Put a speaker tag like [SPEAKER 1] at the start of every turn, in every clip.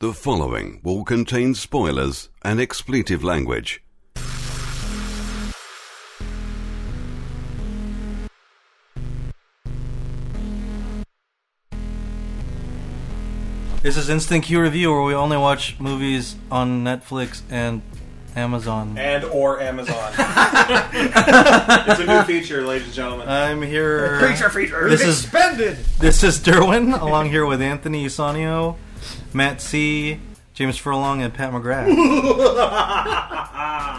[SPEAKER 1] The following will contain spoilers and expletive language.
[SPEAKER 2] This is Instant Q Review, where we only watch movies on Netflix and Amazon.
[SPEAKER 3] and or Amazon. it's a new feature, ladies and gentlemen.
[SPEAKER 4] Uh,
[SPEAKER 2] I'm here.
[SPEAKER 3] feature.
[SPEAKER 2] This is-
[SPEAKER 3] expended.
[SPEAKER 2] This is Derwin, along here with Anthony Usanio, Matt C., James Furlong, and Pat McGrath.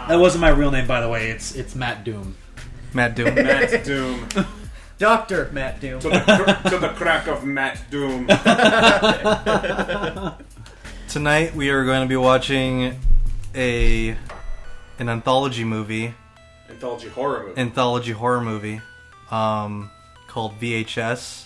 [SPEAKER 5] That wasn't my real name, by the way. It's it's Matt Doom.
[SPEAKER 2] Matt Doom.
[SPEAKER 3] Matt Doom to
[SPEAKER 6] Doctor Matt Doom.
[SPEAKER 3] the, cr- to the crack of Matt Doom.
[SPEAKER 2] Tonight we are going to be watching a an anthology movie,
[SPEAKER 3] Anthology horror movie.
[SPEAKER 2] anthology horror movie, um, called VHS.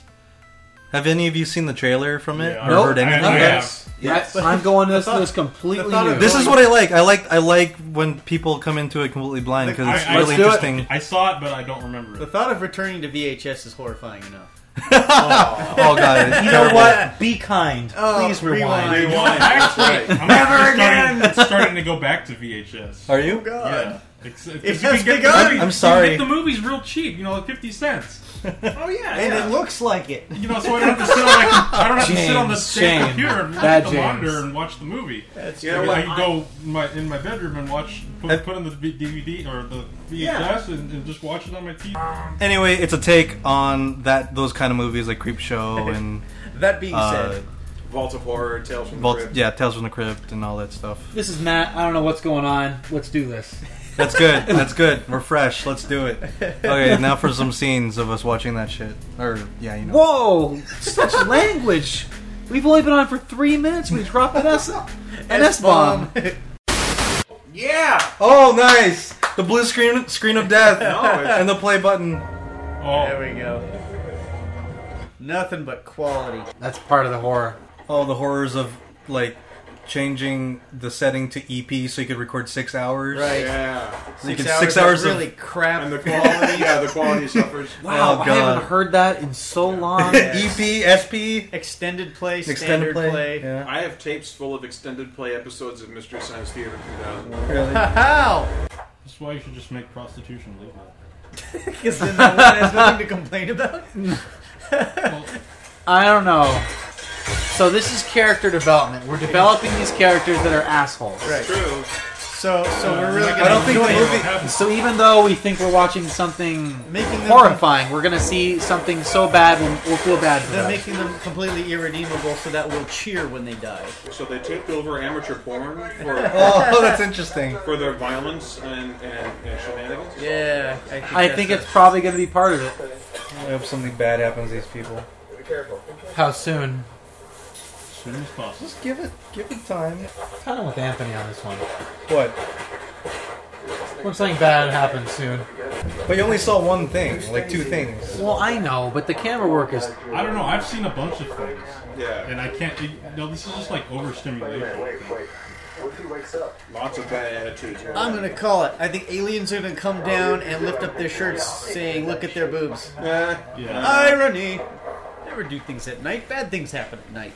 [SPEAKER 2] Have any of you seen the trailer from it
[SPEAKER 3] Yeah.
[SPEAKER 2] or
[SPEAKER 5] Nope.
[SPEAKER 2] heard anything?
[SPEAKER 3] I
[SPEAKER 5] Okay.
[SPEAKER 3] have.
[SPEAKER 5] Yes. I'm going this this completely
[SPEAKER 3] thought
[SPEAKER 5] new.
[SPEAKER 3] of-
[SPEAKER 2] This is what I like. I like I like when people come into it completely blind because it's
[SPEAKER 4] I- I-
[SPEAKER 2] really
[SPEAKER 6] let's do it.
[SPEAKER 2] interesting.
[SPEAKER 4] I saw it, but I don't remember
[SPEAKER 6] The
[SPEAKER 4] it.
[SPEAKER 6] thought of returning to VHS is horrifying enough.
[SPEAKER 2] Oh god, it's
[SPEAKER 5] you know
[SPEAKER 2] terrible.
[SPEAKER 5] what? Be kind. Please rewind.
[SPEAKER 6] Oh, rewind.
[SPEAKER 3] Rewind.
[SPEAKER 4] Actually, I'm Never starting, again. starting to go back to VHS.
[SPEAKER 2] Are you?
[SPEAKER 4] Yeah. It's, it's,
[SPEAKER 6] It
[SPEAKER 4] you
[SPEAKER 6] has
[SPEAKER 4] can get the
[SPEAKER 6] begun.
[SPEAKER 4] movie-
[SPEAKER 2] I'm
[SPEAKER 4] you
[SPEAKER 2] sorry.
[SPEAKER 4] can get the movie's real cheap, you know, like 50 cents.
[SPEAKER 3] Oh yeah,
[SPEAKER 6] And
[SPEAKER 3] yeah.
[SPEAKER 6] it looks like it.
[SPEAKER 4] You know, so I don't have to sit on, like, I don't have to sit on the
[SPEAKER 5] James,
[SPEAKER 4] same
[SPEAKER 5] James.
[SPEAKER 4] computer and look
[SPEAKER 5] Bad
[SPEAKER 4] at the
[SPEAKER 5] James.
[SPEAKER 4] monitor and watch the movie.
[SPEAKER 6] That's
[SPEAKER 3] You
[SPEAKER 4] I
[SPEAKER 3] know
[SPEAKER 4] mean,
[SPEAKER 3] what?
[SPEAKER 4] I can go in my, in my bedroom and watch, put, put on the v- DVD or the VHS and, and just watch it on my TV.
[SPEAKER 2] Anyway, it's a take on that those kind of movies like Creep Show and
[SPEAKER 6] That being
[SPEAKER 2] uh,
[SPEAKER 6] said,
[SPEAKER 3] Vault of Horror, Tales from the
[SPEAKER 2] Vault,
[SPEAKER 3] Crypt.
[SPEAKER 2] yeah, Tales from the Crypt and all that stuff.
[SPEAKER 5] This is Matt. I don't know what's going on. Let's do this.
[SPEAKER 2] That's good. That's good. We're fresh. Let's do it. Okay, now for some scenes of us watching that shit. Or yeah, you know.
[SPEAKER 5] Whoa! Such language. We've only been on for three minutes. We dropped an S an S bomb.
[SPEAKER 3] Yeah.
[SPEAKER 2] Oh, nice! The blue screen screen of death
[SPEAKER 3] it's-
[SPEAKER 2] and the play button.
[SPEAKER 4] Oh,
[SPEAKER 6] there we go. Nothing but quality.
[SPEAKER 5] That's part of the horror.
[SPEAKER 2] Oh, the horrors of like changing the setting to EP so you could record six hours.
[SPEAKER 6] Right.
[SPEAKER 3] Yeah.
[SPEAKER 2] You can- six hours of-
[SPEAKER 6] really crap.
[SPEAKER 3] And the quality, yeah, the quality suffers.
[SPEAKER 5] Wow,
[SPEAKER 2] Oh,
[SPEAKER 5] I
[SPEAKER 2] God.
[SPEAKER 5] haven't heard that in so long.
[SPEAKER 2] E EP, SP,
[SPEAKER 6] extended play,
[SPEAKER 2] extended
[SPEAKER 6] standard play.
[SPEAKER 2] play. Yeah.
[SPEAKER 3] I have tapes full of extended play episodes of Mystery Science Theater 2000.
[SPEAKER 2] Really?
[SPEAKER 6] How?
[SPEAKER 4] that's why you should just make prostitution legal.
[SPEAKER 6] Because then that one has nothing to complain about.
[SPEAKER 5] I don't know. So this is character development. We're developing these characters that are assholes.
[SPEAKER 6] Right.
[SPEAKER 3] True.
[SPEAKER 6] So, so we're really.
[SPEAKER 2] I don't think
[SPEAKER 6] enjoy
[SPEAKER 2] the
[SPEAKER 6] it.
[SPEAKER 2] movie.
[SPEAKER 5] So even though we think we're watching something
[SPEAKER 6] Making them-
[SPEAKER 5] horrifying, we're gonna see something so bad we'll, we'll feel bad for
[SPEAKER 6] They're
[SPEAKER 5] them.
[SPEAKER 6] making them completely irredeemable, so that we'll cheer when they die.
[SPEAKER 3] So they taped over amateur porn for
[SPEAKER 2] Oh, that's interesting.
[SPEAKER 3] for their violence and, and, and shenanigans.
[SPEAKER 6] Yeah, I think,
[SPEAKER 5] I think it's probably gonna be part of it.
[SPEAKER 2] I hope something bad happens to these people.
[SPEAKER 5] How soon?
[SPEAKER 4] As soon as possible.
[SPEAKER 2] Just give it, give it time.
[SPEAKER 5] Kind of with Anthony on this one.
[SPEAKER 2] What?
[SPEAKER 5] When something bad happens soon.
[SPEAKER 2] But you only saw one thing, like two things.
[SPEAKER 5] Well, I know, but the camera work is.
[SPEAKER 4] I don't know. I've seen a bunch of things.
[SPEAKER 3] Yeah.
[SPEAKER 4] And I can't. It, no, this is just like overstimulation.
[SPEAKER 3] Lots of bad attitudes.
[SPEAKER 6] I'm gonna call it. I think aliens are gonna come down and lift up their shirts, saying, "Look at their boobs."
[SPEAKER 3] Eh,
[SPEAKER 4] Yeah.
[SPEAKER 6] Irony. Never do things at night. Bad things happen at night.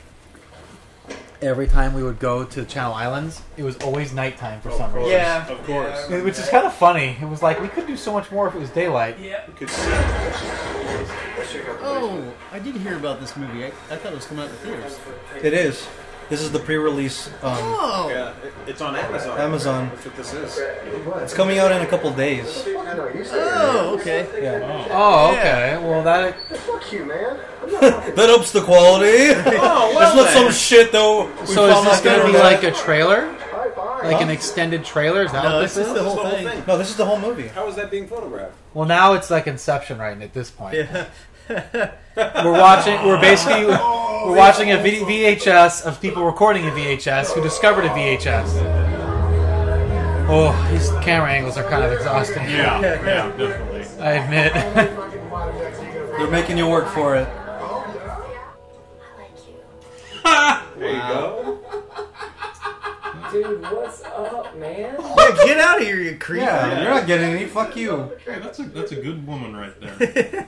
[SPEAKER 5] Every time we would go to the Channel Islands, it was always nighttime for some reason.
[SPEAKER 6] Yeah.
[SPEAKER 3] Of course.
[SPEAKER 5] Which is kind of funny. It was like we could do so much more if it was daylight.
[SPEAKER 3] Could see.
[SPEAKER 6] Oh, I did hear about this movie. I, I thought it was coming out in the theaters.
[SPEAKER 2] It is. This is the pre-release. Um,
[SPEAKER 6] Oh,
[SPEAKER 3] Yeah, it- it's on Amazon.
[SPEAKER 2] Amazon.
[SPEAKER 3] That's what this is.
[SPEAKER 2] it's coming out in a couple days.
[SPEAKER 6] oh, okay.
[SPEAKER 2] Yeah.
[SPEAKER 5] Oh, okay. Well, that
[SPEAKER 2] That ups the quality.
[SPEAKER 3] Oh, well
[SPEAKER 2] It's not
[SPEAKER 3] then.
[SPEAKER 2] some shit though. We
[SPEAKER 5] So is
[SPEAKER 2] found
[SPEAKER 5] this
[SPEAKER 2] out
[SPEAKER 5] going to
[SPEAKER 2] later
[SPEAKER 5] be
[SPEAKER 2] that-
[SPEAKER 5] like a trailer? Like an extended trailer? Is that
[SPEAKER 6] No,
[SPEAKER 5] what
[SPEAKER 6] it's
[SPEAKER 5] this
[SPEAKER 6] just
[SPEAKER 5] is?
[SPEAKER 6] the
[SPEAKER 3] That's
[SPEAKER 6] whole thing.
[SPEAKER 2] No, this is the whole movie.
[SPEAKER 3] How is that being photographed?
[SPEAKER 5] Well, now it's like Inception, right? At this point,
[SPEAKER 6] Yeah.
[SPEAKER 5] we're watching. We're basically we're watching a v- VHS of people recording a VHS who discovered a VHS. Oh, these camera angles are kind of exhausting.
[SPEAKER 4] Yeah, yeah, definitely.
[SPEAKER 5] I admit.
[SPEAKER 2] They're making you work for it.
[SPEAKER 3] There you go.
[SPEAKER 7] Dude, what's up, man?
[SPEAKER 6] Yeah, get out of here, you creep.
[SPEAKER 2] Yeah, you're not getting any. Fuck you.
[SPEAKER 4] Hey, that's a that's a good woman right there.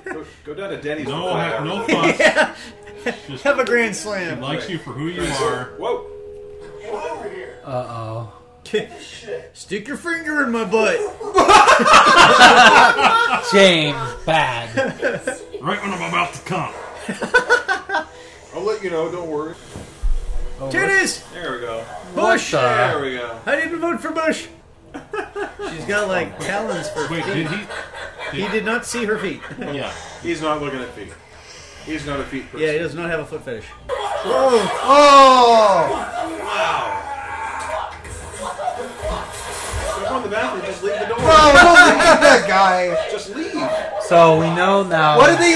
[SPEAKER 3] Go, go down to Denny's.
[SPEAKER 4] No,
[SPEAKER 3] for five
[SPEAKER 4] ha-
[SPEAKER 3] hours.
[SPEAKER 4] no fuss.
[SPEAKER 6] Have a
[SPEAKER 4] Just
[SPEAKER 6] grand
[SPEAKER 4] she
[SPEAKER 6] slam.
[SPEAKER 4] likes you for who you are.
[SPEAKER 3] Whoa.
[SPEAKER 5] Uh
[SPEAKER 6] Stick your finger in my butt.
[SPEAKER 5] oh. James, bad.
[SPEAKER 4] Right when I'm about to come.
[SPEAKER 3] I'll let you know. Don't worry.
[SPEAKER 6] Titties!
[SPEAKER 3] There we go.
[SPEAKER 6] Bush!
[SPEAKER 5] What the-
[SPEAKER 3] There we go.
[SPEAKER 6] I didn't vote for Bush. She's got like talons for
[SPEAKER 4] Wait,
[SPEAKER 6] feet.
[SPEAKER 4] did he?
[SPEAKER 6] He did not see her feet.
[SPEAKER 4] Yeah.
[SPEAKER 3] He's not looking at feet. He's not a feet person.
[SPEAKER 6] yeah, he does not have a foot fetish. Oh.
[SPEAKER 3] Go in the bathroom. Just leave the door.
[SPEAKER 2] Oh, don't look at that guy.
[SPEAKER 3] Just leave.
[SPEAKER 5] So we know now.
[SPEAKER 2] What did they?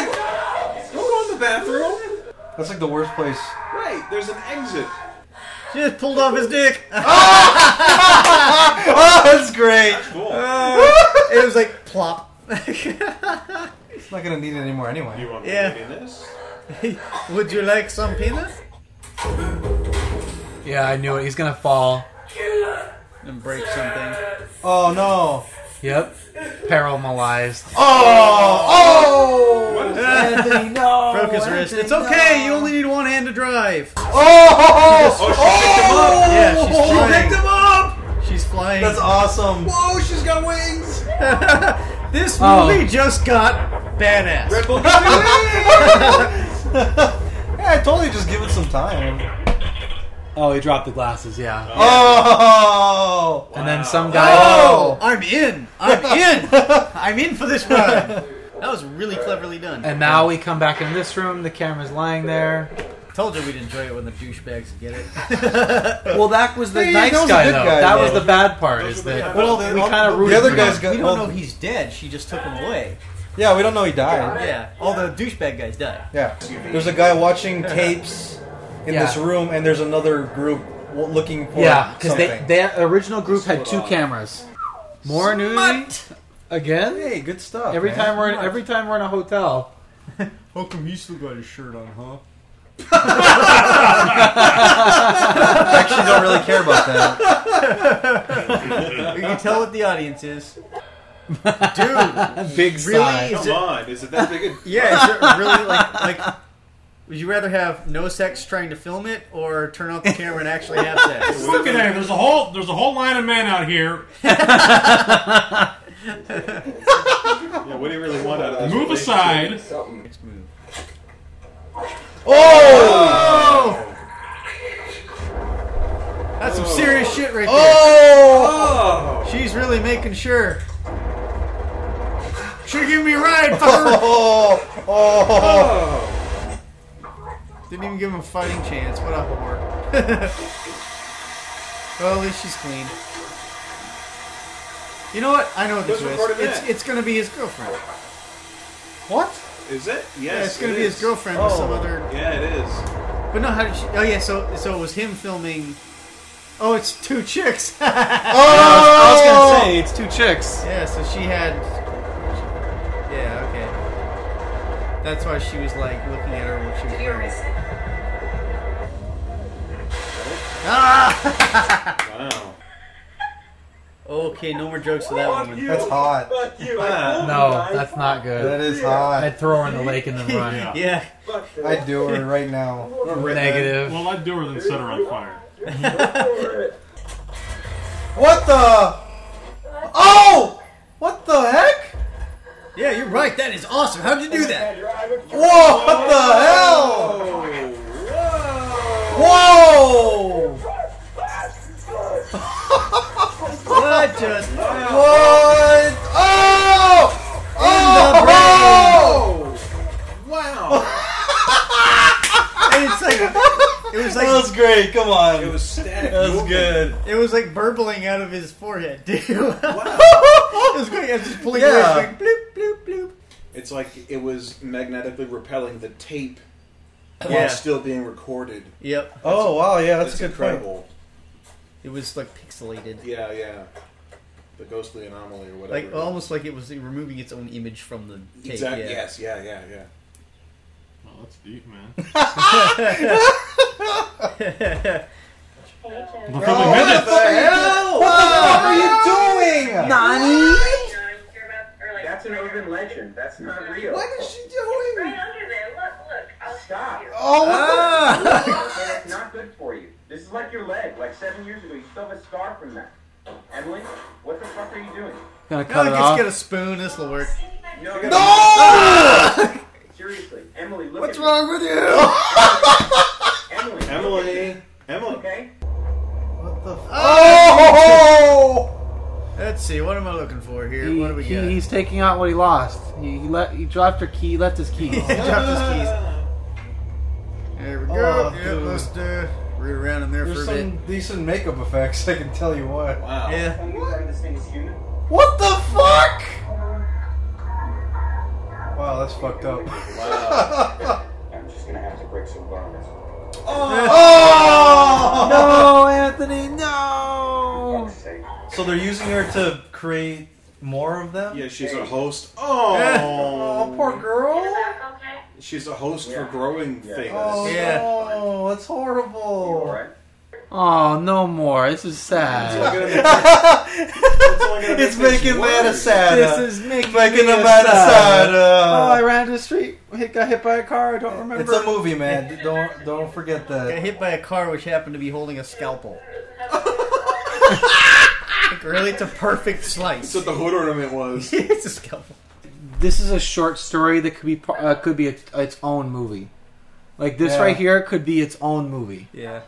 [SPEAKER 3] Don't go in the bathroom.
[SPEAKER 8] That's like the worst place.
[SPEAKER 3] Right. There's an exit.
[SPEAKER 6] She just pulled off his dick.
[SPEAKER 2] Oh, that's great.
[SPEAKER 3] Cool.
[SPEAKER 6] it was like plop.
[SPEAKER 8] It's not gonna need it anymore anyway.
[SPEAKER 3] you want me
[SPEAKER 6] yeah.
[SPEAKER 3] to be in this?
[SPEAKER 6] Would you like some penis?
[SPEAKER 5] Yeah, I knew it. He's gonna fall.
[SPEAKER 6] And break something.
[SPEAKER 8] Oh no!
[SPEAKER 5] Yep. Paralyzed.
[SPEAKER 2] Oh,
[SPEAKER 3] What is
[SPEAKER 2] oh,
[SPEAKER 3] that?
[SPEAKER 2] Anthony, no.
[SPEAKER 6] Broke his wrist.
[SPEAKER 2] Anthony,
[SPEAKER 6] It's okay.
[SPEAKER 2] no.
[SPEAKER 6] You only need one hand to drive.
[SPEAKER 2] Oh, oh,
[SPEAKER 3] Oh,
[SPEAKER 2] oh,
[SPEAKER 3] she picked him up.
[SPEAKER 6] Yeah, she's flying.
[SPEAKER 2] picked him up.
[SPEAKER 6] She's flying.
[SPEAKER 8] That's awesome.
[SPEAKER 2] Whoa, she's got wings.
[SPEAKER 6] this
[SPEAKER 5] Oh.
[SPEAKER 6] movie just got badass.
[SPEAKER 3] Red Bull. Give me-
[SPEAKER 8] Yeah, I totally just give it some time.
[SPEAKER 5] Oh, he dropped the glasses. Yeah.
[SPEAKER 2] Oh,
[SPEAKER 5] And then some guy.
[SPEAKER 2] Oh.
[SPEAKER 6] I'm in. I'm in. I'm in for this ride. That was really cleverly done.
[SPEAKER 5] And now we come back in this room. The camera's lying there.
[SPEAKER 6] Told you we'd enjoy it when the douchebags get it.
[SPEAKER 5] Well, that was the
[SPEAKER 2] Yeah, yeah,
[SPEAKER 5] nice
[SPEAKER 2] that was a
[SPEAKER 5] guy,
[SPEAKER 2] good
[SPEAKER 5] though.
[SPEAKER 2] guy,
[SPEAKER 5] that
[SPEAKER 2] though.
[SPEAKER 5] was the bad part. Is that
[SPEAKER 2] Well, the-
[SPEAKER 5] we kind of
[SPEAKER 2] the
[SPEAKER 5] rooted
[SPEAKER 2] other
[SPEAKER 5] for
[SPEAKER 2] guy's
[SPEAKER 5] him.
[SPEAKER 2] got.
[SPEAKER 6] We don't
[SPEAKER 2] well,
[SPEAKER 6] know he's dead. She just took him away.
[SPEAKER 2] Yeah, we don't know he died.
[SPEAKER 6] Yeah. All the douchebag guys died.
[SPEAKER 2] Yeah. There's a guy watching tapes in
[SPEAKER 5] Yeah.
[SPEAKER 2] this room, and there's another group w- looking for
[SPEAKER 5] Yeah, because
[SPEAKER 2] something.
[SPEAKER 5] they that original group had two cameras. More news again.
[SPEAKER 2] Hey, good stuff.
[SPEAKER 5] Every
[SPEAKER 2] man.
[SPEAKER 5] time we're in, every time we're in a hotel.
[SPEAKER 4] How come he still got his shirt on, huh?
[SPEAKER 2] I actually don't really care about that.
[SPEAKER 6] You can tell what the audience is. Dude,
[SPEAKER 5] Big sigh.
[SPEAKER 6] really? Is
[SPEAKER 3] Come
[SPEAKER 6] it,
[SPEAKER 3] on. Is it that big? A-
[SPEAKER 6] yeah, is it really like like? Would you rather have no sex trying to film it, or turn off the camera and actually have sex?
[SPEAKER 4] Look at him. There's a whole there's a whole line of men out here.
[SPEAKER 3] yeah. What do you really want out of this?
[SPEAKER 4] Move
[SPEAKER 3] relationship?
[SPEAKER 4] aside.
[SPEAKER 9] Something.
[SPEAKER 2] Oh!
[SPEAKER 6] Oh, that's some serious shit right there.
[SPEAKER 2] Oh!
[SPEAKER 6] She's really making sure. She give me a ride, fucker.
[SPEAKER 2] Oh! Oh!
[SPEAKER 6] Didn't even give him a fighting chance. What a whore. well, at least she's clean. You know what? I know what this
[SPEAKER 3] Who's
[SPEAKER 6] is.
[SPEAKER 3] recorded that?
[SPEAKER 6] It's, it's gonna be his girlfriend.
[SPEAKER 2] What?
[SPEAKER 3] Is it? Yes.
[SPEAKER 6] Yeah, it's gonna
[SPEAKER 3] it
[SPEAKER 6] be
[SPEAKER 3] is. Oh,
[SPEAKER 6] his girlfriend with some other.
[SPEAKER 3] Yeah, it is.
[SPEAKER 6] But no, how did she? Oh yeah, so so it was him filming. Oh, it's two chicks. yeah,
[SPEAKER 2] I was
[SPEAKER 5] gonna say it's two chicks.
[SPEAKER 6] so she had. Yeah, okay. That's why she was like looking at her when she was wearing. it. Ah!
[SPEAKER 3] Wow.
[SPEAKER 6] Okay, no more jokes for that woman.
[SPEAKER 2] That's hot.
[SPEAKER 9] Fuck you.
[SPEAKER 3] Ah.
[SPEAKER 5] No, that's not
[SPEAKER 2] That
[SPEAKER 5] good.
[SPEAKER 2] is hot.
[SPEAKER 5] I'd throw her in the lake and then run.
[SPEAKER 6] yeah.
[SPEAKER 9] Fuck that.
[SPEAKER 2] I'd do her right now.
[SPEAKER 5] Negative.
[SPEAKER 4] Well, I'd do her than set her on fire.
[SPEAKER 2] What the? Oh! What the heck?
[SPEAKER 6] Yeah, you're right. That is awesome. How'd you do that?
[SPEAKER 2] Whoa! What the hell? Whoa!
[SPEAKER 6] What just?
[SPEAKER 2] What? Oh! Oh!
[SPEAKER 3] Oh! Wow.
[SPEAKER 6] It's like it
[SPEAKER 2] That
[SPEAKER 6] was like
[SPEAKER 2] was great. Come on.
[SPEAKER 3] it was static.
[SPEAKER 2] That was
[SPEAKER 3] movement.
[SPEAKER 2] good.
[SPEAKER 6] it was like burbling out of his forehead, dude. it was great. I was just pulling
[SPEAKER 2] Yeah.
[SPEAKER 6] yeah. like bloop bloop bloop.
[SPEAKER 3] It's like it was magnetically repelling the tape
[SPEAKER 6] Yeah.
[SPEAKER 3] while still being recorded.
[SPEAKER 6] Yep.
[SPEAKER 2] Oh wow! Yeah, that's
[SPEAKER 3] it's
[SPEAKER 2] a good point.
[SPEAKER 3] incredible.
[SPEAKER 6] It was like pixelated,
[SPEAKER 3] Yeah, yeah. The ghostly anomaly or whatever.
[SPEAKER 6] like almost like it was removing its own image from the tape.
[SPEAKER 3] Exactly.
[SPEAKER 6] Yeah.
[SPEAKER 3] Yes. Yeah. Yeah. Yeah.
[SPEAKER 4] Well, Oh, that's deep, man. Look how they made it.
[SPEAKER 2] the hell? What the fuck are you doing?
[SPEAKER 9] That's an urban legend. That's not real.
[SPEAKER 2] What is she doing?
[SPEAKER 10] Right under there. Look, look. I'll show
[SPEAKER 9] Stop.
[SPEAKER 10] you.
[SPEAKER 2] Oh, what
[SPEAKER 9] It's not good for you. This
[SPEAKER 7] This is like your leg. Like seven years ago, you still have a scar from that. Emily, what the fuck are you doing?
[SPEAKER 5] Gonna
[SPEAKER 6] No,
[SPEAKER 5] cut it
[SPEAKER 6] just
[SPEAKER 5] off.
[SPEAKER 6] get a spoon. This will work.
[SPEAKER 7] No.
[SPEAKER 2] Ah.
[SPEAKER 7] Seriously, Emily, look
[SPEAKER 6] What's
[SPEAKER 7] at
[SPEAKER 6] wrong with you?
[SPEAKER 7] me. Emily, look at me,
[SPEAKER 3] Emily. Emily.
[SPEAKER 7] Okay.
[SPEAKER 6] Ah!
[SPEAKER 3] Oh!
[SPEAKER 6] Let's see. What am I looking for here?
[SPEAKER 5] He-
[SPEAKER 6] what do we
[SPEAKER 5] he-
[SPEAKER 6] got?
[SPEAKER 5] he's taking out what he lost. He, he left. He dropped her key. Left his key.
[SPEAKER 6] He dropped his keys. There we go.
[SPEAKER 2] Oh,
[SPEAKER 6] yeah,
[SPEAKER 2] dude.
[SPEAKER 6] let's uh, root around in there
[SPEAKER 2] There's
[SPEAKER 6] for a bit.
[SPEAKER 2] some decent makeup effects, I can tell you what.
[SPEAKER 3] Wow.
[SPEAKER 6] Yeah.
[SPEAKER 7] Tell me whether this thing is human.
[SPEAKER 6] What the fuck?
[SPEAKER 2] Wow, that's fucked up.
[SPEAKER 3] Wow.
[SPEAKER 7] I'm just gonna have to break some bones.
[SPEAKER 6] Oh!
[SPEAKER 5] no, Anthony, no.
[SPEAKER 7] Fuck's sake.
[SPEAKER 2] So they're using her to create more of them?
[SPEAKER 3] Yeah, she's a host. Oh,
[SPEAKER 2] Oh, poor girl.
[SPEAKER 3] She's a host
[SPEAKER 7] Yeah.
[SPEAKER 3] for growing
[SPEAKER 7] Yeah.
[SPEAKER 3] things.
[SPEAKER 2] Oh,
[SPEAKER 6] Yeah.
[SPEAKER 2] no, that's
[SPEAKER 7] You
[SPEAKER 2] horrible.
[SPEAKER 7] alright?
[SPEAKER 5] Oh, no more. This is sad.
[SPEAKER 2] It's making Lana sad.
[SPEAKER 5] This is making,
[SPEAKER 2] making
[SPEAKER 5] me
[SPEAKER 2] uh, a man
[SPEAKER 5] sad.
[SPEAKER 2] sad.
[SPEAKER 5] Oh, I
[SPEAKER 2] uh,
[SPEAKER 5] ran to the street. Hit, got hit by a car. I don't remember.
[SPEAKER 2] It's a movie, man. Don't don't forget
[SPEAKER 6] Got
[SPEAKER 2] that.
[SPEAKER 6] hit by a car which happened to be holding a scalpel. like, really? It's a perfect slice.
[SPEAKER 3] That's what the hood ornament was.
[SPEAKER 6] it's a scalpel.
[SPEAKER 5] this is a short story that could be par- uh, could be its its own movie. Like this
[SPEAKER 2] Yeah.
[SPEAKER 5] right here could be its own movie.
[SPEAKER 6] Yeah.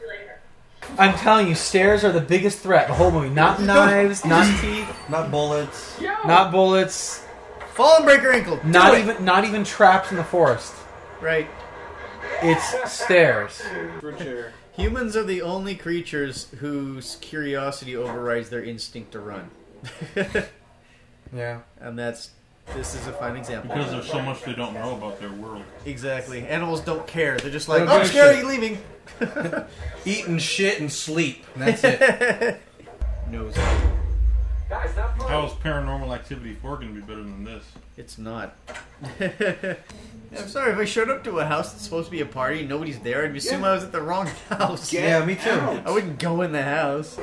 [SPEAKER 5] I'm telling you, stairs are the biggest threat. The whole movie, not knives, not teeth,
[SPEAKER 2] Not bullets.
[SPEAKER 5] not bullets,
[SPEAKER 6] Fall and break your ankle. Do
[SPEAKER 5] not
[SPEAKER 6] it.
[SPEAKER 5] even not even traps in the forest.
[SPEAKER 6] Right.
[SPEAKER 5] It's stairs.
[SPEAKER 3] For a chair.
[SPEAKER 6] Humans are the only creatures whose curiosity overrides their instinct to run.
[SPEAKER 5] Yeah.
[SPEAKER 6] and that's. This is a fine example.
[SPEAKER 4] Because there's so much they don't know about their world.
[SPEAKER 6] Exactly. Animals don't care. They're just like,
[SPEAKER 2] They don't
[SPEAKER 6] oh,
[SPEAKER 2] give a
[SPEAKER 6] scary,
[SPEAKER 2] shit."
[SPEAKER 6] leaving.
[SPEAKER 2] Eat and shit and sleep. That's it.
[SPEAKER 6] Nose.
[SPEAKER 7] Guys, stop playing.
[SPEAKER 4] How is Paranormal Activity 4 going to be better than this?
[SPEAKER 6] It's not. I'm sorry, if I showed up to a house that's supposed to be a party and nobody's there, I'd assume I was at the wrong house.
[SPEAKER 2] yeah, me too.
[SPEAKER 6] I
[SPEAKER 3] Oh,
[SPEAKER 6] wouldn't go in the house.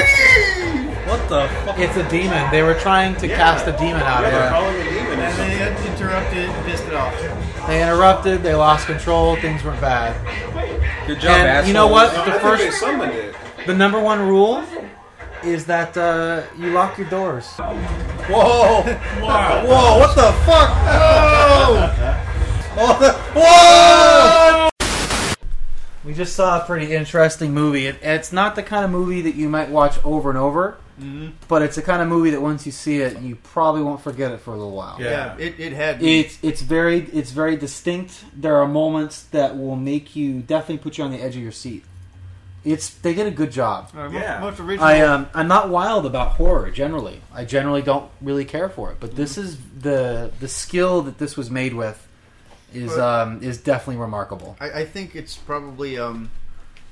[SPEAKER 2] What the fuck?
[SPEAKER 5] It's a demon. They were trying to cast a demon out of
[SPEAKER 3] They're
[SPEAKER 5] her.
[SPEAKER 3] calling a demon or
[SPEAKER 6] And
[SPEAKER 3] something.
[SPEAKER 6] then I got interrupted and pissed it off.
[SPEAKER 5] They interrupted. They lost control. Things went bad.
[SPEAKER 2] Good job,
[SPEAKER 5] And you know what?
[SPEAKER 3] No, I
[SPEAKER 5] The
[SPEAKER 3] think they
[SPEAKER 5] first,
[SPEAKER 3] summoned it.
[SPEAKER 5] the number one rule is that uh, you lock your doors.
[SPEAKER 2] Whoa!
[SPEAKER 4] Wow!
[SPEAKER 2] Whoa! What the fuck? Oh! Oh, the- whoa!
[SPEAKER 5] We just saw a pretty interesting movie. It, it's not the kind of movie that you might watch over and over,
[SPEAKER 2] Mm-hmm.
[SPEAKER 5] but it's the kind of movie that once you see it, you probably won't forget it for a little while.
[SPEAKER 6] Yeah, it, it had me.
[SPEAKER 5] It's it's very it's very distinct. There are moments that will make you definitely put you on the edge of your seat. It's they did a good job.
[SPEAKER 6] Uh, mo-
[SPEAKER 3] Yeah.
[SPEAKER 6] Most original.
[SPEAKER 5] I um I'm not wild about horror generally. I generally don't really care for it, but
[SPEAKER 2] Mm-hmm.
[SPEAKER 5] this is the the skill that this was made with is
[SPEAKER 6] But-
[SPEAKER 5] um is definitely remarkable.
[SPEAKER 6] I, I think it's probably um,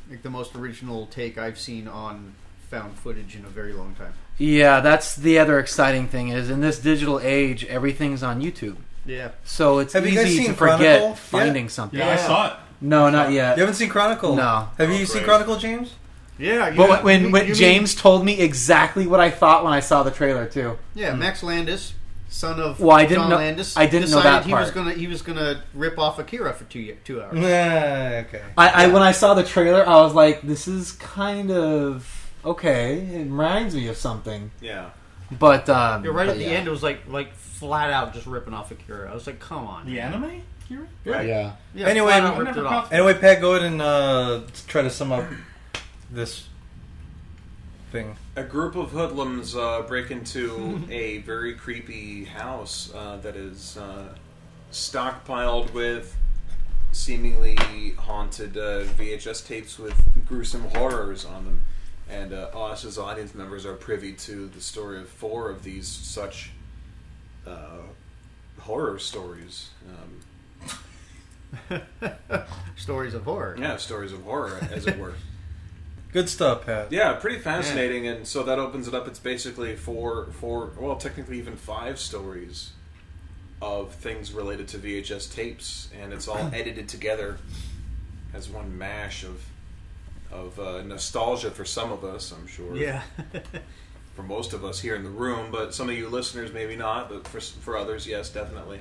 [SPEAKER 6] like the most original take I've seen on found footage in a very long time.
[SPEAKER 5] Yeah, that's the other exciting thing is in this digital age, everything's on YouTube.
[SPEAKER 6] Yeah.
[SPEAKER 5] So it's
[SPEAKER 2] Have you guys
[SPEAKER 5] easy
[SPEAKER 2] seen
[SPEAKER 5] to forget
[SPEAKER 2] Chronicle?
[SPEAKER 5] finding something.
[SPEAKER 4] Yeah, I saw it.
[SPEAKER 5] No, not yet.
[SPEAKER 2] You haven't seen Chronicle?
[SPEAKER 5] No.
[SPEAKER 2] Have
[SPEAKER 3] Oh,
[SPEAKER 2] you seen Chronicle, James?
[SPEAKER 6] Yeah. You,
[SPEAKER 5] But when,
[SPEAKER 6] you-
[SPEAKER 5] when
[SPEAKER 6] you
[SPEAKER 5] James told me exactly what I thought when I saw the trailer too.
[SPEAKER 6] mean- yeah, Max Landis, son of
[SPEAKER 5] Hmm. Well, I didn't
[SPEAKER 6] John
[SPEAKER 5] know-
[SPEAKER 6] Landis,
[SPEAKER 5] I didn't know
[SPEAKER 6] decided
[SPEAKER 5] that
[SPEAKER 6] he was
[SPEAKER 5] part.
[SPEAKER 6] gonna he was gonna rip off Akira for two ye- two
[SPEAKER 3] Hmm.
[SPEAKER 6] hours.
[SPEAKER 2] Nah. Okay.
[SPEAKER 5] I, I when I saw the trailer, I was like, "This is kind of okay. It reminds me of something."
[SPEAKER 3] Yeah.
[SPEAKER 5] But um,
[SPEAKER 6] Yeah, right
[SPEAKER 5] but
[SPEAKER 6] at the
[SPEAKER 5] yeah.
[SPEAKER 6] end, it was like like flat out just ripping off Akira. I was like, come on.
[SPEAKER 4] The anime? Kira?
[SPEAKER 3] Right.
[SPEAKER 5] Yeah.
[SPEAKER 6] Yeah,
[SPEAKER 2] Anyway,
[SPEAKER 6] flat out
[SPEAKER 2] I
[SPEAKER 6] ripped
[SPEAKER 4] never
[SPEAKER 6] it off.
[SPEAKER 2] Anyway, Pat, go ahead and uh, try to sum up this thing.
[SPEAKER 3] A group of hoodlums uh, break into a very creepy house uh, that is uh, stockpiled with seemingly haunted uh, VHS tapes with gruesome horrors on them. And uh, us as audience members are privy to the story of four of these such uh, horror stories. Um,
[SPEAKER 6] Stories of horror.
[SPEAKER 3] yeah, stories of horror, as it were.
[SPEAKER 2] Good stuff, Pat.
[SPEAKER 3] Yeah, pretty fascinating, and so that opens it up. It's basically four, four, well, technically even five stories of things related to VHS tapes, and it's all edited together as one mash of of uh, nostalgia for some of us, I'm sure.
[SPEAKER 6] Yeah.
[SPEAKER 3] For most of us here in the room, but some of you listeners maybe not, but for s- for others, yes, definitely.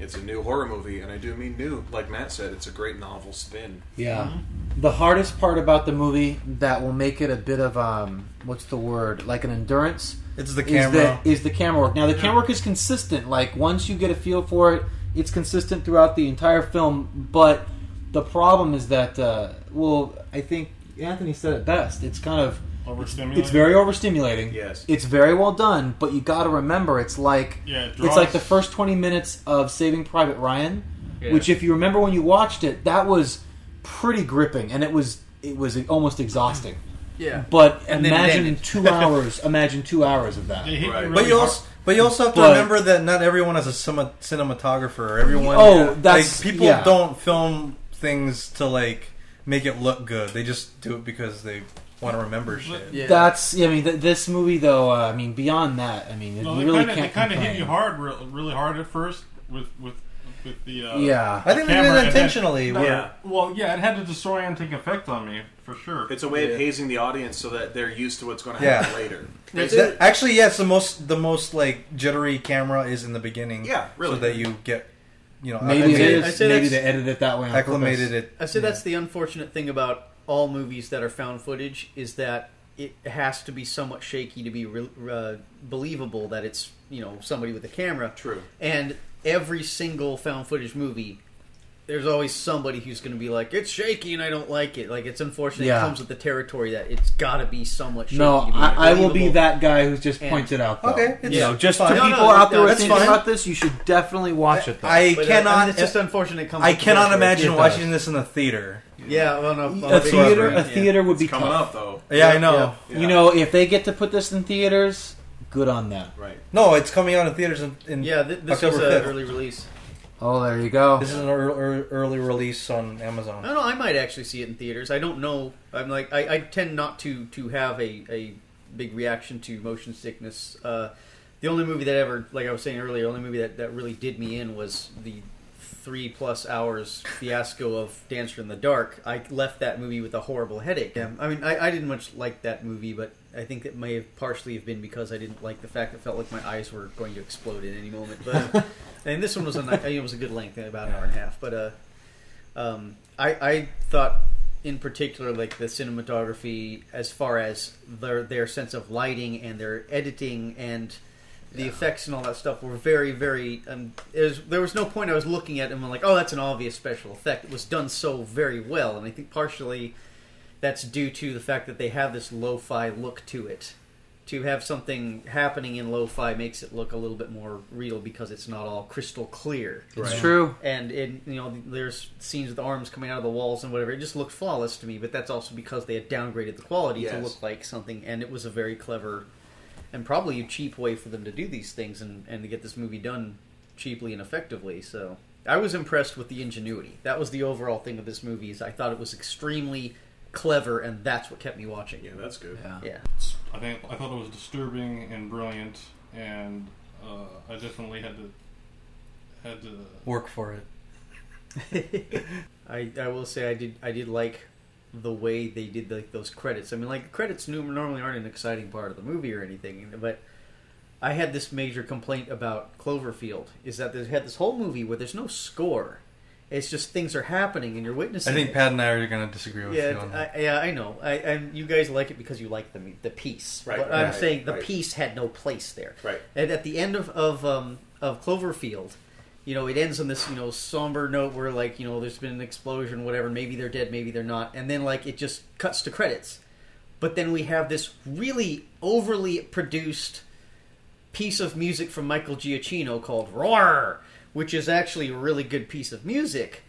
[SPEAKER 3] It's a new horror movie, and I do mean new. Like Matt said, it's a great novel spin.
[SPEAKER 5] Yeah.
[SPEAKER 6] Mm-hmm.
[SPEAKER 5] The hardest part about the movie that will make it a bit of um, what's the word like an endurance
[SPEAKER 2] It's the
[SPEAKER 5] is
[SPEAKER 2] camera.
[SPEAKER 5] the is the camera work. Now the camera work is consistent. Like once you get a feel for it, it's consistent throughout the entire film. But the problem is that uh, well, I think Anthony said it best. It's kind of
[SPEAKER 4] Overstimulated.
[SPEAKER 5] it's very overstimulating.
[SPEAKER 3] Yes.
[SPEAKER 5] It's very well done, but you got to remember it's like
[SPEAKER 4] Yeah, it
[SPEAKER 5] it's
[SPEAKER 4] draws-
[SPEAKER 5] like the first 20 minutes of Saving Private Ryan, which if you remember when you watched it, that was pretty gripping and it was it was almost exhausting.
[SPEAKER 6] Yeah.
[SPEAKER 5] But
[SPEAKER 6] And then it
[SPEAKER 5] imagine
[SPEAKER 6] ended.
[SPEAKER 5] 2 hours, imagine 2 hours of that.
[SPEAKER 4] They hit you
[SPEAKER 3] Right.
[SPEAKER 4] really
[SPEAKER 2] But you
[SPEAKER 4] hard.
[SPEAKER 2] also, but you also have to
[SPEAKER 5] But-
[SPEAKER 2] remember that not everyone is a cine- cinematographer. Everyone,
[SPEAKER 5] Oh, that's-
[SPEAKER 2] like, people
[SPEAKER 5] yeah.
[SPEAKER 2] don't film things to like make it look good. They just do it because they want to remember shit.
[SPEAKER 6] Yeah.
[SPEAKER 5] That's I mean th- this movie though, uh, I mean beyond that, I mean it
[SPEAKER 4] No, they
[SPEAKER 5] you really
[SPEAKER 4] kinda,
[SPEAKER 5] can't
[SPEAKER 4] they kinda
[SPEAKER 5] complain.
[SPEAKER 4] hit you hard, real, really hard at first with with with the uh,
[SPEAKER 5] Yeah.
[SPEAKER 2] I think they did
[SPEAKER 4] Camera
[SPEAKER 2] it
[SPEAKER 4] and then-
[SPEAKER 2] intentionally. where-
[SPEAKER 3] Yeah.
[SPEAKER 4] Well, yeah, it had a disorienting effect on me for sure.
[SPEAKER 3] It's a way of hazing the audience so that they're used to what's going to
[SPEAKER 2] Yeah.
[SPEAKER 3] happen later.
[SPEAKER 2] That- actually, yes, the most the most like jittery camera is in the beginning.
[SPEAKER 3] Yeah, really.
[SPEAKER 2] So that you get, you know,
[SPEAKER 5] Maybe it
[SPEAKER 6] say-
[SPEAKER 5] is.
[SPEAKER 6] I'd say
[SPEAKER 5] Maybe
[SPEAKER 6] that's-
[SPEAKER 5] they edited it that way. on
[SPEAKER 2] acclimated
[SPEAKER 5] purpose.
[SPEAKER 2] it.
[SPEAKER 6] I say that's the unfortunate thing about all movies that are found footage is that it has to be somewhat shaky to be re- uh, believable that it's you know somebody with a camera.
[SPEAKER 3] True.
[SPEAKER 6] And every single found footage movie, there's always somebody who's going to be like, "It's shaky and I don't like it." Like it's unfortunate.
[SPEAKER 5] Yeah.
[SPEAKER 6] It comes with the territory that it's got to be somewhat shaky.
[SPEAKER 5] No,
[SPEAKER 6] to be
[SPEAKER 5] I, I will be
[SPEAKER 6] believable.
[SPEAKER 5] that guy who's just
[SPEAKER 6] And-
[SPEAKER 5] pointed out. Though.
[SPEAKER 2] Okay, it's
[SPEAKER 5] you know, just to
[SPEAKER 2] fine.
[SPEAKER 5] people
[SPEAKER 6] No, no,
[SPEAKER 5] out there
[SPEAKER 6] that's
[SPEAKER 5] that's thinking
[SPEAKER 2] fine.
[SPEAKER 5] about this, you should definitely watch it. Though.
[SPEAKER 2] I
[SPEAKER 6] But, uh, I mean,
[SPEAKER 2] cannot.
[SPEAKER 6] it's just unfortunate. it comes
[SPEAKER 2] I
[SPEAKER 6] with the
[SPEAKER 2] cannot
[SPEAKER 6] territory.
[SPEAKER 2] imagine
[SPEAKER 5] It
[SPEAKER 2] watching
[SPEAKER 5] does.
[SPEAKER 2] this in a theater.
[SPEAKER 6] Yeah, well, no,
[SPEAKER 5] a theater, a
[SPEAKER 6] yeah.
[SPEAKER 5] theater would be
[SPEAKER 3] It's coming
[SPEAKER 5] tough.
[SPEAKER 3] up though.
[SPEAKER 2] Yeah, I
[SPEAKER 6] Yep,
[SPEAKER 2] know.
[SPEAKER 6] yep.
[SPEAKER 3] Yeah.
[SPEAKER 5] You know, if they get to put this in theaters, good on them.
[SPEAKER 3] Right.
[SPEAKER 2] No, it's coming out in theaters in, in
[SPEAKER 6] Yeah, thi- this was
[SPEAKER 2] October
[SPEAKER 6] an
[SPEAKER 2] 5th.
[SPEAKER 6] early release.
[SPEAKER 5] Oh, there you go.
[SPEAKER 2] This is an ear- ear- early release on Amazon.
[SPEAKER 6] No, no, I might actually see it in theaters. I don't know. I'm like, I, I tend not to to have a, a big reaction to motion sickness. Uh, the only movie that ever, like I was saying earlier, the only movie that, that really did me in was the three plus hours fiasco of Dancer in the Dark. I left that movie with a horrible headache. Yeah, I mean, I, I didn't much like that movie, but I think it may have partially have been because I didn't like the fact that it felt like my eyes were going to explode at any moment. But uh, and this one was a ni- it was a good length, about an hour and a half. But uh, um, I, I thought in particular like the cinematography as far as their their sense of lighting and their editing and the effects and all that stuff were very very um, it was, there was no point i was looking at them and like oh that's an obvious special effect it was done so very well and i think partially that's due to the fact that they have this lo-fi look to it to have something happening in lo-fi makes it look a little bit more real because it's not all crystal clear
[SPEAKER 5] It's true.
[SPEAKER 6] and it you know there's scenes with arms coming out of the walls and whatever it just looked flawless to me but that's also because they had downgraded the quality to
[SPEAKER 3] Yes.
[SPEAKER 6] look like something and it was a very clever and probably a cheap way for them to do these things and, and to get this movie done cheaply and effectively so i was impressed with the ingenuity that was the overall thing of this movie is i thought it was extremely clever and that's what kept me watching
[SPEAKER 3] Yeah, that's good.
[SPEAKER 6] yeah
[SPEAKER 4] I think I thought it was disturbing and brilliant, and uh, I definitely had to had to.
[SPEAKER 2] Work for it.
[SPEAKER 6] I, I will say I did I did like the way they did like those credits. I mean, like credits nu- normally aren't an exciting part of the movie or anything, but I had this major complaint about Cloverfield is that they had this whole movie where there's no score. It's just things are happening and you're witnessing.
[SPEAKER 2] I think
[SPEAKER 6] it.
[SPEAKER 2] Pat and I are going to disagree with you on
[SPEAKER 6] Yeah, uh,
[SPEAKER 2] that.
[SPEAKER 6] I, yeah, I know. I, and you guys like it because you like the the piece.
[SPEAKER 3] Right,
[SPEAKER 6] But I'm
[SPEAKER 3] right,
[SPEAKER 6] saying the
[SPEAKER 3] right.
[SPEAKER 6] piece had no place there.
[SPEAKER 3] Right.
[SPEAKER 6] And at the end of of um, of Cloverfield, you know, it ends on this you know somber note where like you know there's been an explosion, whatever. Maybe they're dead, maybe they're not. And then like it just cuts to credits. But then we have this really overly produced piece of music from Michael Giacchino called Roar, which is actually a really good piece of music.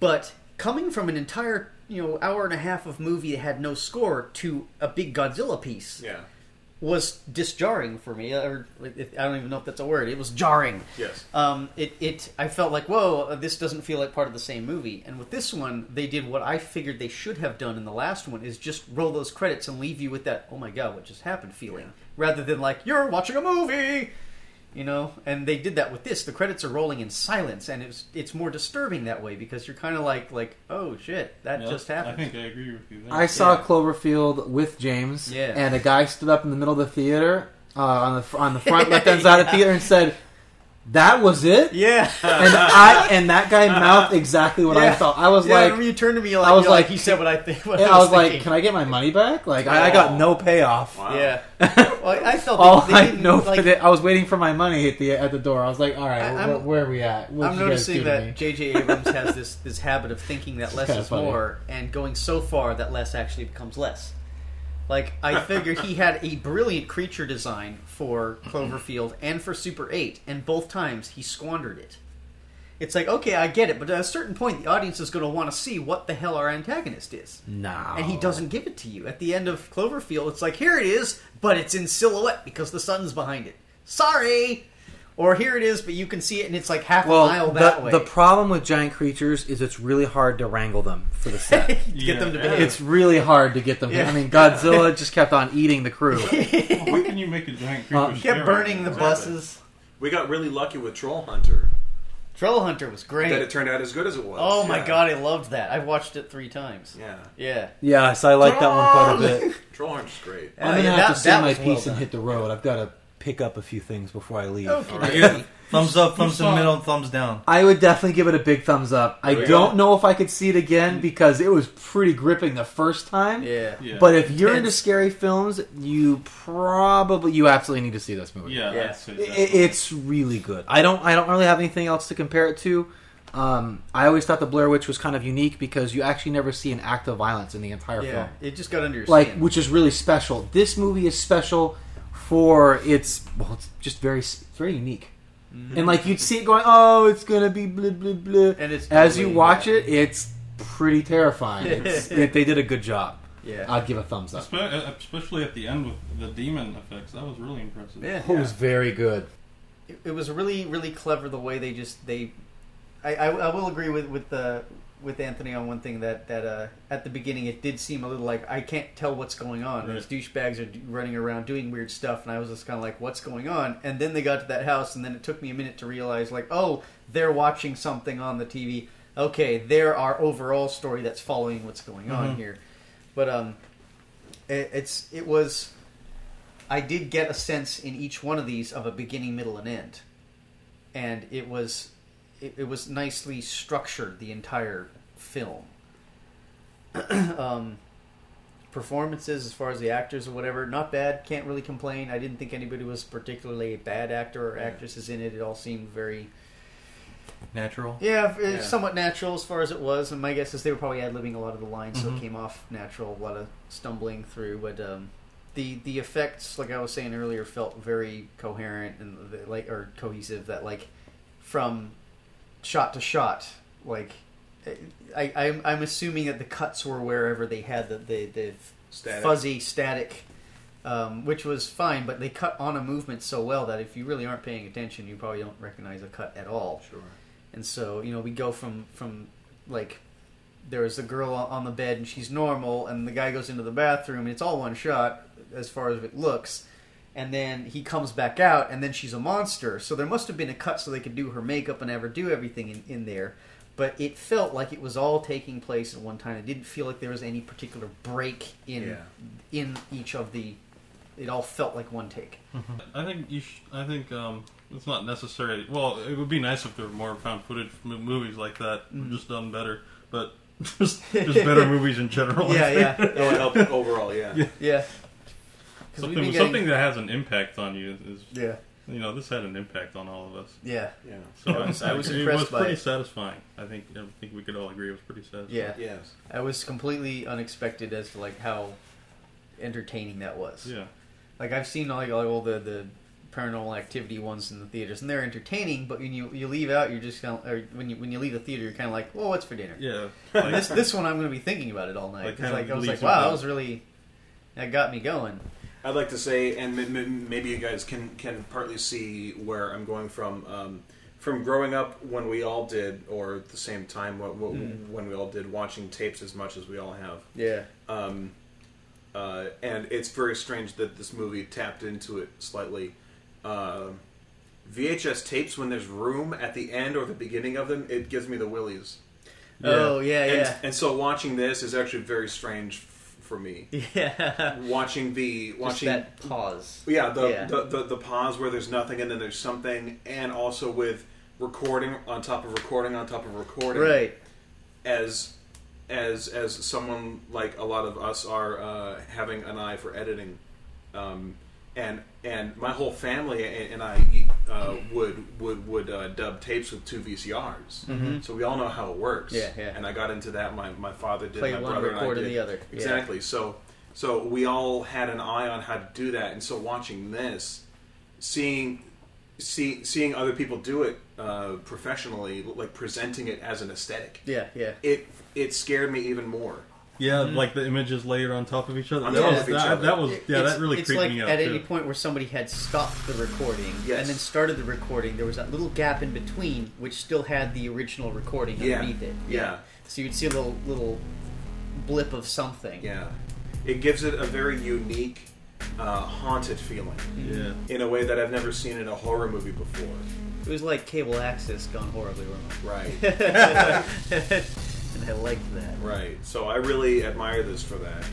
[SPEAKER 6] But coming from an entire you know hour and a half of movie that had no score to a big Godzilla piece
[SPEAKER 3] Yeah.
[SPEAKER 6] was disjarring for me. Or if, I don't even know if that's a word. It was jarring.
[SPEAKER 3] Yes.
[SPEAKER 6] Um, it, it I felt like whoa, uh, this doesn't feel like part of the same movie. And with this one, they did what I figured they should have done in the last one is just roll those credits and leave you with that oh my god, what just happened feeling, rather than like you're watching a movie, you know. And they did that with this. The credits are rolling in silence, and it's it's more disturbing that way because you're kind of like like oh shit, that
[SPEAKER 4] Yeah,
[SPEAKER 6] just
[SPEAKER 4] I
[SPEAKER 6] happened.
[SPEAKER 4] think I agree with you. There.
[SPEAKER 5] I saw Cloverfield with James,
[SPEAKER 6] Yeah.
[SPEAKER 5] and a guy stood up in the middle of the theater uh, on the fr- on the front left hand side of the theater and said, that was it.
[SPEAKER 6] Yeah.
[SPEAKER 5] And I and that guy mouthed exactly what I
[SPEAKER 6] Yeah.
[SPEAKER 5] thought. I was
[SPEAKER 6] yeah, I remember
[SPEAKER 5] like,
[SPEAKER 6] you turned to me like,
[SPEAKER 5] I was
[SPEAKER 6] you're
[SPEAKER 5] like-
[SPEAKER 6] he said what I think. What
[SPEAKER 5] I was like,
[SPEAKER 6] thinking.
[SPEAKER 5] can I get my money back? Like I, I got no payoff.
[SPEAKER 3] Wow.
[SPEAKER 6] yeah. Well, I felt
[SPEAKER 5] All
[SPEAKER 6] they
[SPEAKER 5] I
[SPEAKER 6] didn't,
[SPEAKER 5] know,
[SPEAKER 6] like,
[SPEAKER 5] for the, I was waiting for my money at the at the door. I was like, all right,
[SPEAKER 6] I-
[SPEAKER 5] wh-
[SPEAKER 6] I'm-
[SPEAKER 5] where are we at? What
[SPEAKER 6] I'm
[SPEAKER 5] did you guys do
[SPEAKER 6] noticing
[SPEAKER 5] to me?
[SPEAKER 6] that J.J. Abrams has this this habit of thinking that less
[SPEAKER 5] kinda
[SPEAKER 6] is
[SPEAKER 5] funny.
[SPEAKER 6] more, and going so far that less actually becomes less. Like I figure he had a brilliant creature design for Cloverfield and for Super Eight, and both times he squandered it. It's like okay, I get it, but at a certain point, the audience is going to want to see what the hell our antagonist is,
[SPEAKER 5] No.
[SPEAKER 6] and he doesn't give it to you. At the end of Cloverfield, it's like here it is, but it's in silhouette because the sun's behind it. Sorry. Or here it is, but you can see it, and it's like half a mile
[SPEAKER 5] Well,
[SPEAKER 6] that
[SPEAKER 5] the,
[SPEAKER 6] way.
[SPEAKER 5] the problem with giant creatures is it's really hard to wrangle them for the set.
[SPEAKER 6] get them to
[SPEAKER 4] Yeah.
[SPEAKER 6] behave.
[SPEAKER 5] it's really hard to get them.
[SPEAKER 6] Yeah.
[SPEAKER 5] I mean, Godzilla just kept on eating the crew.
[SPEAKER 4] Why can you make a giant creature?
[SPEAKER 5] Uh,
[SPEAKER 4] scary?
[SPEAKER 6] kept burning the buses.
[SPEAKER 3] We got really lucky with Troll Hunter
[SPEAKER 6] Troll Hunter was
[SPEAKER 3] that it
[SPEAKER 6] great.
[SPEAKER 3] turned out as good as it was.
[SPEAKER 6] Oh my
[SPEAKER 3] Yeah.
[SPEAKER 6] god, I loved that. I've watched it three times.
[SPEAKER 3] Yeah,
[SPEAKER 6] Yeah.
[SPEAKER 5] yes, I like that one quite a bit.
[SPEAKER 3] Troll Hunter's great.
[SPEAKER 5] I'm gonna
[SPEAKER 6] yeah,
[SPEAKER 5] have
[SPEAKER 6] that-
[SPEAKER 5] to say
[SPEAKER 6] that
[SPEAKER 5] my
[SPEAKER 6] was
[SPEAKER 5] piece
[SPEAKER 6] well
[SPEAKER 5] and
[SPEAKER 6] done.
[SPEAKER 5] hit the road. I've got to pick up a few things before I leave.
[SPEAKER 2] Thumbs up, thumbs in the
[SPEAKER 4] saw-
[SPEAKER 2] middle, thumbs down.
[SPEAKER 5] I would definitely give it a big thumbs up. I
[SPEAKER 3] Really?
[SPEAKER 5] don't know if I could see it again because it was pretty gripping the first time.
[SPEAKER 6] Yeah.
[SPEAKER 4] Yeah.
[SPEAKER 5] But if you're into
[SPEAKER 6] It's-
[SPEAKER 5] scary films, you probably you absolutely need to see this movie.
[SPEAKER 4] yeah,
[SPEAKER 6] Yeah.
[SPEAKER 4] That's
[SPEAKER 5] I-
[SPEAKER 4] it.
[SPEAKER 5] i- it's really good. I don't I don't really have anything else to compare it to. Um, I always thought the Blair Witch was kind of unique because you actually never see an act of violence in the entire
[SPEAKER 6] Yeah.
[SPEAKER 5] film,
[SPEAKER 6] It just got under your
[SPEAKER 5] like
[SPEAKER 6] skin.
[SPEAKER 5] which is really special. This movie is special for its well, it's just very s- it's very unique. And like you'd see it going, oh, it's gonna be blah blah blah.
[SPEAKER 6] Mm-hmm. And it's
[SPEAKER 5] as you
[SPEAKER 6] totally-
[SPEAKER 5] watch it, it's pretty terrifying. It's, it, they did a good job.
[SPEAKER 6] Yeah.
[SPEAKER 5] I'd give a thumbs up.
[SPEAKER 4] Espe- Especially at the end with the demon effects, that was really impressive.
[SPEAKER 6] yeah.
[SPEAKER 5] It was very good.
[SPEAKER 6] It, it was really, really clever the way they just they I, I, I will agree with with the with Anthony on one thing that that uh, at the beginning it did seem a little like I can't tell what's going on. Those douchebags are d- running around doing weird stuff, and I was just kind of like, "What's going on?" And then they got to that house, and then it took me a minute to realize, like, "Oh, they're watching something on the TV." Okay, they're our overall story that's following what's going on here. But um, it, it's it was. I did get a sense in each one of these of a beginning, middle, and end, and it was it, it was nicely structured the entire film. um, performances, as far as the actors or whatever, not bad. Can't really complain. I didn't think anybody was particularly a bad actor or actresses in it. It all seemed very
[SPEAKER 2] Natural.
[SPEAKER 6] yeah, f-
[SPEAKER 3] Yeah.
[SPEAKER 6] somewhat natural as far as it was. And my guess is they were probably ad libbing a lot of the lines, so it came off natural. A lot of stumbling through, but um, the the effects, like I was saying earlier, felt very coherent and the- like or cohesive. That like from shot to shot, like I, I'm I'm assuming that the cuts were wherever they had the the, the
[SPEAKER 3] Static.
[SPEAKER 6] fuzzy static. Um, which was fine, but they cut on a movement so well that if you really aren't paying attention, you probably don't recognize a cut at all
[SPEAKER 3] Sure.
[SPEAKER 6] and so you know we go from from like there is a girl on on the bed and she's normal and the guy goes into the bathroom and it's all one shot as far as it looks and then he comes back out and then she's a monster so there must have been a cut so they could do her makeup and have her do everything in, in there but it felt like it was all taking place at one time it didn't feel like there was any particular break in
[SPEAKER 3] Yeah.
[SPEAKER 6] in each of the it all felt like one take
[SPEAKER 4] I think you. Sh- I think um, it's not necessary. Well, it would be nice if there were more found footage m- movies like that,
[SPEAKER 6] Mm.
[SPEAKER 4] just done better. But just, just better movies in general. I
[SPEAKER 6] yeah
[SPEAKER 4] think.
[SPEAKER 6] yeah
[SPEAKER 3] That would help overall. Yeah.
[SPEAKER 6] yeah 'Cause we've
[SPEAKER 4] Something,
[SPEAKER 6] been
[SPEAKER 4] something
[SPEAKER 6] getting-
[SPEAKER 4] that has an impact on you is,
[SPEAKER 6] yeah
[SPEAKER 4] you know, this had an impact on all of us.
[SPEAKER 6] yeah
[SPEAKER 3] Yeah.
[SPEAKER 4] So
[SPEAKER 6] I was-
[SPEAKER 4] I,
[SPEAKER 6] I was
[SPEAKER 4] it
[SPEAKER 6] impressed
[SPEAKER 4] was
[SPEAKER 6] by
[SPEAKER 4] pretty
[SPEAKER 6] it.
[SPEAKER 4] satisfying. I think I think we could all agree it was pretty satisfying.
[SPEAKER 6] yeah
[SPEAKER 3] Yes.
[SPEAKER 6] I was completely unexpected as to like how entertaining that was.
[SPEAKER 4] Yeah.
[SPEAKER 6] Like I've seen like all the the paranormal activity ones in the theaters, and they're entertaining. But when you you leave out, you're just kind of or when you when you leave the theater, you're kind of like, well, what's for dinner?
[SPEAKER 4] Yeah.
[SPEAKER 6] And
[SPEAKER 4] Like,
[SPEAKER 6] this this one, I'm going to be thinking about it all night.
[SPEAKER 4] Like,
[SPEAKER 6] 'Cause,
[SPEAKER 4] kind
[SPEAKER 6] like
[SPEAKER 4] of
[SPEAKER 6] I was like,
[SPEAKER 4] leaves you
[SPEAKER 6] wow, that
[SPEAKER 4] down.
[SPEAKER 6] was really that got me going.
[SPEAKER 3] I'd like to say, and m- m- maybe you guys can can partly see where I'm going from. Um, from growing up, when we all did, or at the same time, what, what, when we all did, watching tapes as much as we all have,
[SPEAKER 6] Yeah,
[SPEAKER 3] um, uh, and it's very strange that this movie tapped into it slightly. Uh, VHS tapes, when there's room at the end or the beginning of them, it gives me the willies.
[SPEAKER 6] Oh yeah,
[SPEAKER 3] And,
[SPEAKER 6] yeah.
[SPEAKER 3] and so watching this is actually very strange f- for me.
[SPEAKER 6] Yeah.
[SPEAKER 3] Watching the
[SPEAKER 6] Just
[SPEAKER 3] watching
[SPEAKER 6] that pause.
[SPEAKER 3] Yeah, the,
[SPEAKER 6] Yeah.
[SPEAKER 3] The, the the pause where there's nothing and then there's something, and also with recording on top of recording on top of recording.
[SPEAKER 6] Right.
[SPEAKER 3] As as as someone like a lot of us are uh, having an eye for editing, um, and and my whole family and, and I uh, would would would uh, dub tapes with two VCRs,
[SPEAKER 6] Mhm.
[SPEAKER 3] so we all know how it works.
[SPEAKER 6] Yeah, yeah.
[SPEAKER 3] And I got into that. My my father did.
[SPEAKER 6] Play
[SPEAKER 3] my
[SPEAKER 6] one,
[SPEAKER 3] brother and I
[SPEAKER 6] record in
[SPEAKER 3] did.
[SPEAKER 6] the other. Yeah.
[SPEAKER 3] Exactly. So so we all had an eye on how to do that, and so watching this, seeing see, seeing other people do it uh, professionally, like presenting it as an aesthetic,
[SPEAKER 6] Yeah, yeah.
[SPEAKER 3] it it scared me even more.
[SPEAKER 4] Yeah, like the images layered on top of each other.
[SPEAKER 3] On
[SPEAKER 4] That
[SPEAKER 3] top
[SPEAKER 4] was,
[SPEAKER 3] of each
[SPEAKER 4] that,
[SPEAKER 3] other.
[SPEAKER 4] that was yeah,
[SPEAKER 6] It's-
[SPEAKER 4] that really
[SPEAKER 6] it's
[SPEAKER 4] creeped
[SPEAKER 6] like
[SPEAKER 4] me out
[SPEAKER 6] At
[SPEAKER 4] too.
[SPEAKER 6] any point where somebody had stopped the recording
[SPEAKER 3] Yes.
[SPEAKER 6] and then started the recording, there was that little gap in between, which still had the original recording
[SPEAKER 3] Yeah.
[SPEAKER 6] underneath it.
[SPEAKER 3] Yeah.
[SPEAKER 6] So you'd see a little little blip of something.
[SPEAKER 3] Yeah, it gives it a very unique, uh, haunted feeling
[SPEAKER 4] yeah.
[SPEAKER 3] in a way that I've never seen in a horror movie before.
[SPEAKER 6] It was like cable access gone horribly wrong.
[SPEAKER 3] Right.
[SPEAKER 6] and I liked that.
[SPEAKER 3] right. So I really admire this for that.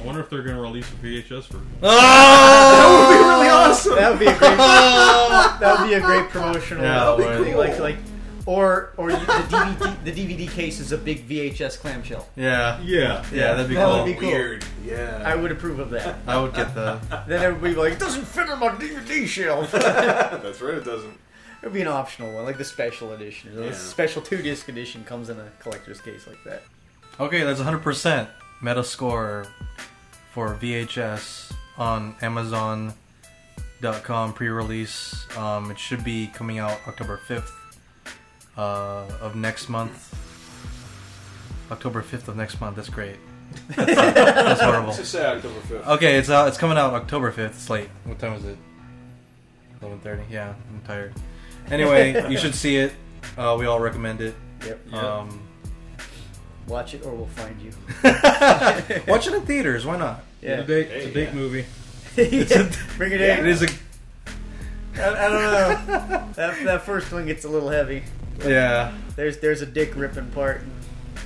[SPEAKER 4] I wonder if they're going to release a VHS version.
[SPEAKER 6] Ah!
[SPEAKER 3] That would be really Oh, awesome.
[SPEAKER 6] That would be a great. that would be a great promotional.
[SPEAKER 4] Yeah, that would be
[SPEAKER 6] thing.
[SPEAKER 3] cool.
[SPEAKER 6] Like like, or or you, the DVD the DVD case is a big VHS clamshell.
[SPEAKER 2] Yeah.
[SPEAKER 4] Yeah,
[SPEAKER 2] Yeah, that'd be
[SPEAKER 6] That
[SPEAKER 2] cool.
[SPEAKER 6] would be cool.
[SPEAKER 3] Weird. Yeah.
[SPEAKER 6] I would approve of that.
[SPEAKER 2] I would get that.
[SPEAKER 6] then everybody would be like, it doesn't fit on my DVD shelf. it
[SPEAKER 3] That's right. It doesn't.
[SPEAKER 6] would be an optional one, like the special edition. The
[SPEAKER 3] Yeah.
[SPEAKER 6] special two disc edition comes in a collector's case like that.
[SPEAKER 2] Okay, that's 100% Metascore for VHS on Amazon.com pre-release. Um, it should be coming out October 5th uh, of next month. October 5th of next month. That's great. that's horrible.
[SPEAKER 3] It's just sad October fifth.
[SPEAKER 2] Okay, it's out. It's coming out October fifth. It's late. What time is it? Eleven thirty. Yeah, I'm tired. Anyway, you should see it. Uh, we all recommend it.
[SPEAKER 6] Yep.
[SPEAKER 2] Um,
[SPEAKER 6] Watch it or we'll find you.
[SPEAKER 2] watch it in theaters. Why not?
[SPEAKER 6] Yeah.
[SPEAKER 4] It's a date, it's a
[SPEAKER 3] Hey,
[SPEAKER 4] date
[SPEAKER 3] yeah.
[SPEAKER 4] movie.
[SPEAKER 6] Bring it in.
[SPEAKER 2] It is a
[SPEAKER 6] I, I don't know. that, that first one gets a little heavy.
[SPEAKER 2] yeah.
[SPEAKER 6] There's there's a dick ripping part.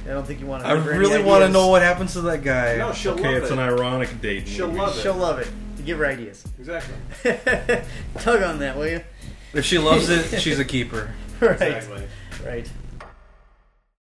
[SPEAKER 6] And I don't think you want to.
[SPEAKER 2] I really want to know what happens to that guy.
[SPEAKER 3] No, she'll
[SPEAKER 4] Okay,
[SPEAKER 3] love
[SPEAKER 4] it's
[SPEAKER 3] it.
[SPEAKER 4] an ironic date.
[SPEAKER 3] She'll
[SPEAKER 4] movie.
[SPEAKER 3] love it.
[SPEAKER 6] She'll love it. Give her ideas.
[SPEAKER 3] exactly.
[SPEAKER 6] Tug on that, will you?
[SPEAKER 2] If she loves it, she's a keeper.
[SPEAKER 6] Right.
[SPEAKER 3] Exactly.
[SPEAKER 6] Right.